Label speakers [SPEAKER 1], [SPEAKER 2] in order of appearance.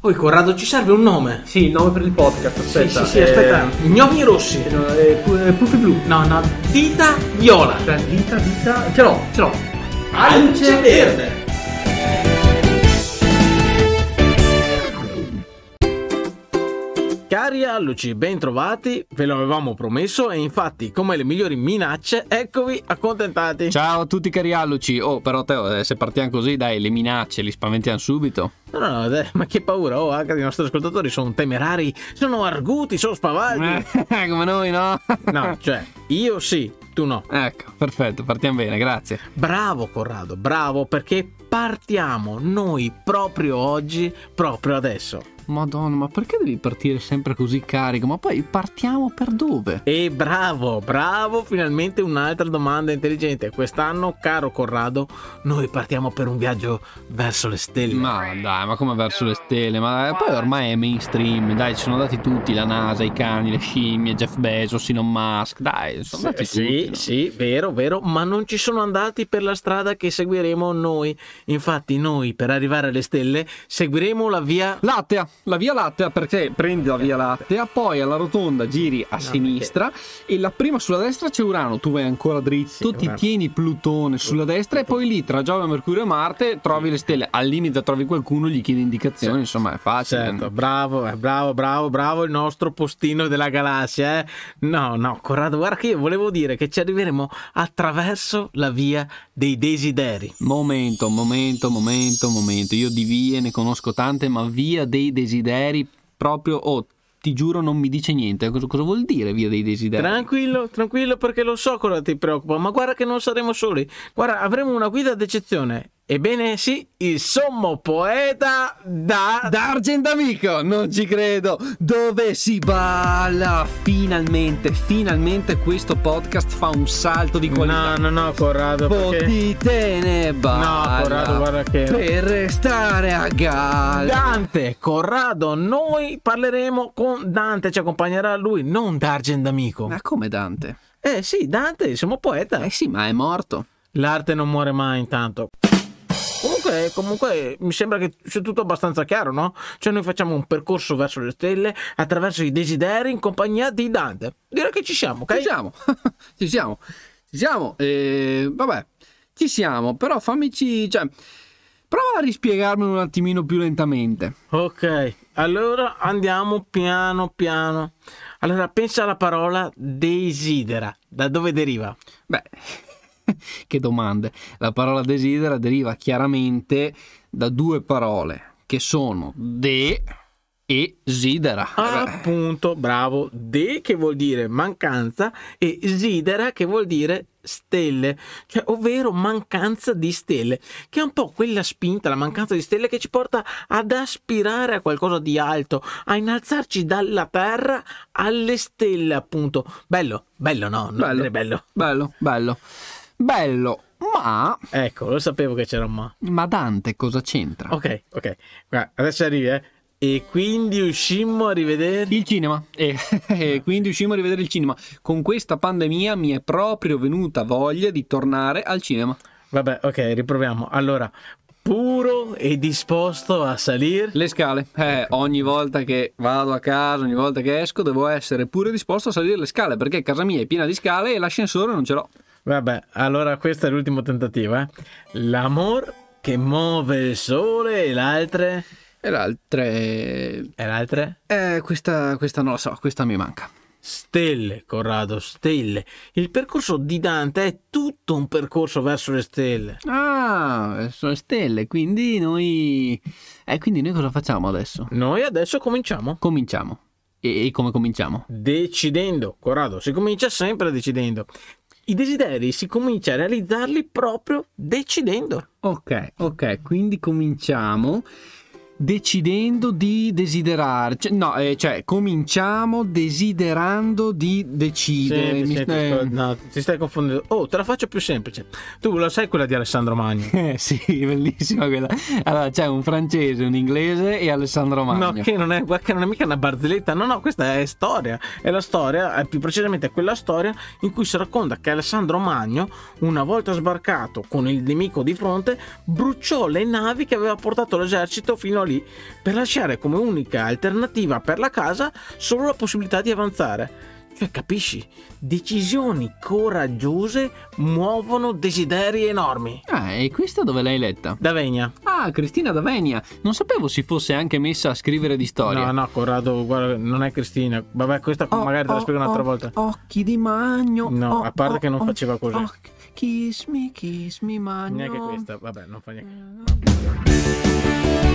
[SPEAKER 1] Poi Corrado ci serve un nome.
[SPEAKER 2] Sì, il nome per il podcast, aspetta.
[SPEAKER 1] sì, sì, sì, aspetta. Gnomi rossi.
[SPEAKER 2] Eh, no, eh, pu- eh, Puffi blu.
[SPEAKER 1] No, no, dita viola.
[SPEAKER 2] Cioè, Vita, vita. Ce l'ho, ce l'ho.
[SPEAKER 1] Ance verde. Cari alluci, ben trovati, ve lo avevamo promesso e infatti, come le migliori minacce, eccovi accontentati.
[SPEAKER 3] Ciao a tutti cari alluci. Oh, però Teo, eh, se partiamo così, dai, le minacce li spaventiamo subito.
[SPEAKER 1] No, no, no, dai, ma che paura, oh, anche i nostri ascoltatori sono temerari, sono arguti, sono spavaldi.
[SPEAKER 3] Eh, come noi, no?
[SPEAKER 1] No, cioè, io sì, tu no.
[SPEAKER 3] Ecco, perfetto, partiamo bene, grazie.
[SPEAKER 1] Bravo Corrado, bravo perché partiamo noi proprio oggi, proprio adesso.
[SPEAKER 3] Madonna, ma perché devi partire sempre così carico? Ma poi partiamo per dove?
[SPEAKER 1] E bravo, bravo, finalmente un'altra domanda intelligente. Quest'anno, caro Corrado, noi partiamo per un viaggio verso le stelle.
[SPEAKER 3] Ma dai, ma come verso le stelle? Ma eh, poi ormai è mainstream, dai, ci sono andati tutti, la NASA, i cani, le scimmie, Jeff Bezos, Elon Musk, dai, sono andati
[SPEAKER 1] sì,
[SPEAKER 3] tutti. no?
[SPEAKER 1] sì, vero, vero, ma non ci sono andati per la strada che seguiremo noi. Infatti noi per arrivare alle stelle seguiremo la via
[SPEAKER 3] Lattea, la via Lattea perché prendi la via Lattea, poi alla rotonda giri
[SPEAKER 1] Ah,
[SPEAKER 3] a sinistra e la prima sulla destra c'è Urano, tu vai ancora dritto,
[SPEAKER 1] Sì,
[SPEAKER 3] ti
[SPEAKER 1] Urano.
[SPEAKER 3] tieni Plutone sulla destra e poi lì tra Giove, Mercurio e Marte trovi le stelle, al limite trovi qualcuno, gli chiedi indicazioni, insomma è facile.
[SPEAKER 1] Certo, bravo, eh, bravo, bravo, bravo il nostro postino della galassia. Eh? No, no, Corrado, guarda che io volevo dire che ci arriveremo attraverso la via dei desideri.
[SPEAKER 3] Momento, momento, momento, momento, io di vie ne conosco tante, ma via dei desideri proprio, oh, ti giuro non mi dice niente, cosa, cosa vuol dire via dei desideri?
[SPEAKER 1] Tranquillo, tranquillo perché lo so cosa ti preoccupa, ma guarda che non saremo soli. Guarda, avremo una guida d'eccezione. Ebbene sì, il sommo poeta da...
[SPEAKER 3] D'Argentamico, non ci credo. Dove si balla? Finalmente, finalmente questo podcast fa un salto di qualità.
[SPEAKER 1] No, no, no, Corrado, perché...
[SPEAKER 3] Potitene balla.
[SPEAKER 1] No, Corrado, guarda che-
[SPEAKER 3] Per restare a galla.
[SPEAKER 1] Dante, Corrado, noi parleremo con Dante, ci accompagnerà lui, non Dargen d'amico.
[SPEAKER 3] Ma come Dante?
[SPEAKER 1] Eh sì, Dante, il sommo poeta.
[SPEAKER 3] Eh sì, ma è morto.
[SPEAKER 1] L'arte non muore mai intanto. Comunque, comunque mi sembra che sia tutto abbastanza chiaro, no? Cioè noi facciamo un percorso verso le stelle attraverso i desideri in compagnia di Dante. Direi che ci siamo, ok?
[SPEAKER 3] Ci siamo. ci siamo. Ci siamo. Eh, vabbè, ci siamo, però fammici, cioè prova a rispiegarmelo un attimino più lentamente.
[SPEAKER 1] Ok, allora andiamo piano piano. Allora pensa alla parola desidera, da dove deriva?
[SPEAKER 3] Beh, che domande. La parola desidera deriva chiaramente da due parole che sono de e sidera.
[SPEAKER 1] Ah.
[SPEAKER 3] Eh beh,
[SPEAKER 1] Appunto, bravo. De che vuol dire mancanza e sidera che vuol dire stelle, cioè ovvero mancanza di stelle, che è un po' quella spinta, la mancanza di stelle che ci porta ad aspirare a qualcosa di alto, a innalzarci dalla terra alle stelle, appunto. Bello, bello no, non bello.
[SPEAKER 3] Bello.
[SPEAKER 1] bello.
[SPEAKER 3] bello, bello. Bello, ma,
[SPEAKER 1] Ecco, lo sapevo che c'era un ma.
[SPEAKER 3] ma Dante cosa c'entra?
[SPEAKER 1] Ok, ok. Guarda, adesso arrivi, eh. E quindi uscimmo a rivederci.
[SPEAKER 3] Il cinema, e, e quindi uscimo a rivedere il cinema. Con questa pandemia mi è proprio venuta voglia di tornare al cinema.
[SPEAKER 1] Vabbè, ok, riproviamo. Allora, puro e disposto a salire.
[SPEAKER 3] Le scale, eh, ogni volta che vado a casa, ogni volta che esco, devo essere pure disposto a salire le scale perché casa mia è piena di scale e l'ascensore non ce l'ho.
[SPEAKER 1] Vabbè, allora questo è l'ultimo tentativo, eh. L'amor che muove il sole e l'altre...
[SPEAKER 3] E l'altra è-
[SPEAKER 1] E l'altre?
[SPEAKER 3] eh, questa, questa non la so, questa mi manca.
[SPEAKER 1] Stelle, Corrado, stelle. Il percorso di Dante è tutto un percorso verso le stelle.
[SPEAKER 3] Ah, sono stelle, quindi noi... Eh, quindi noi cosa facciamo adesso?
[SPEAKER 1] Noi adesso cominciamo.
[SPEAKER 3] Cominciamo. E, e come cominciamo?
[SPEAKER 1] Decidendo, Corrado, si comincia sempre decidendo. I desideri si comincia a realizzarli proprio decidendo.
[SPEAKER 3] Ok, ok, quindi cominciamo decidendo di desiderare, cioè, no, eh, cioè cominciamo desiderando di decidere.
[SPEAKER 1] Senti,
[SPEAKER 3] Mi-
[SPEAKER 1] senti,
[SPEAKER 3] eh,
[SPEAKER 1] scusa, no, ti stai confondendo. Oh, te la faccio più semplice. Tu la sai quella di Alessandro Magno?
[SPEAKER 3] Eh, sì, bellissima quella. Allora, c'è un francese, un inglese e Alessandro Magno.
[SPEAKER 1] No, che non, è, guarda che non è mica una barzelletta, no, no, questa è storia. È la storia, è più precisamente quella storia in cui si racconta che Alessandro Magno, una volta sbarcato con il nemico di fronte, bruciò le navi che aveva portato l'esercito fino a lì per lasciare come unica alternativa per la casa solo la possibilità di avanzare. Cioè, capisci? Decisioni coraggiose muovono desideri enormi.
[SPEAKER 3] Ah, e questa dove l'hai letta?
[SPEAKER 1] Da Vegna.
[SPEAKER 3] Ah, Cristina da Venia. Non sapevo si fosse anche messa a scrivere di storia.
[SPEAKER 1] No, no, Corrado, guarda, non è Cristina. Vabbè, questa
[SPEAKER 3] Oh,
[SPEAKER 1] magari te la
[SPEAKER 3] oh,
[SPEAKER 1] spiego un'altra
[SPEAKER 3] oh,
[SPEAKER 1] volta.
[SPEAKER 3] Occhi di magno.
[SPEAKER 1] No,
[SPEAKER 3] oh,
[SPEAKER 1] a parte
[SPEAKER 3] oh,
[SPEAKER 1] che non
[SPEAKER 3] oh,
[SPEAKER 1] faceva così.
[SPEAKER 3] oh, kiss me, kiss me, magno.
[SPEAKER 1] Neanche questa, vabbè, non fa niente.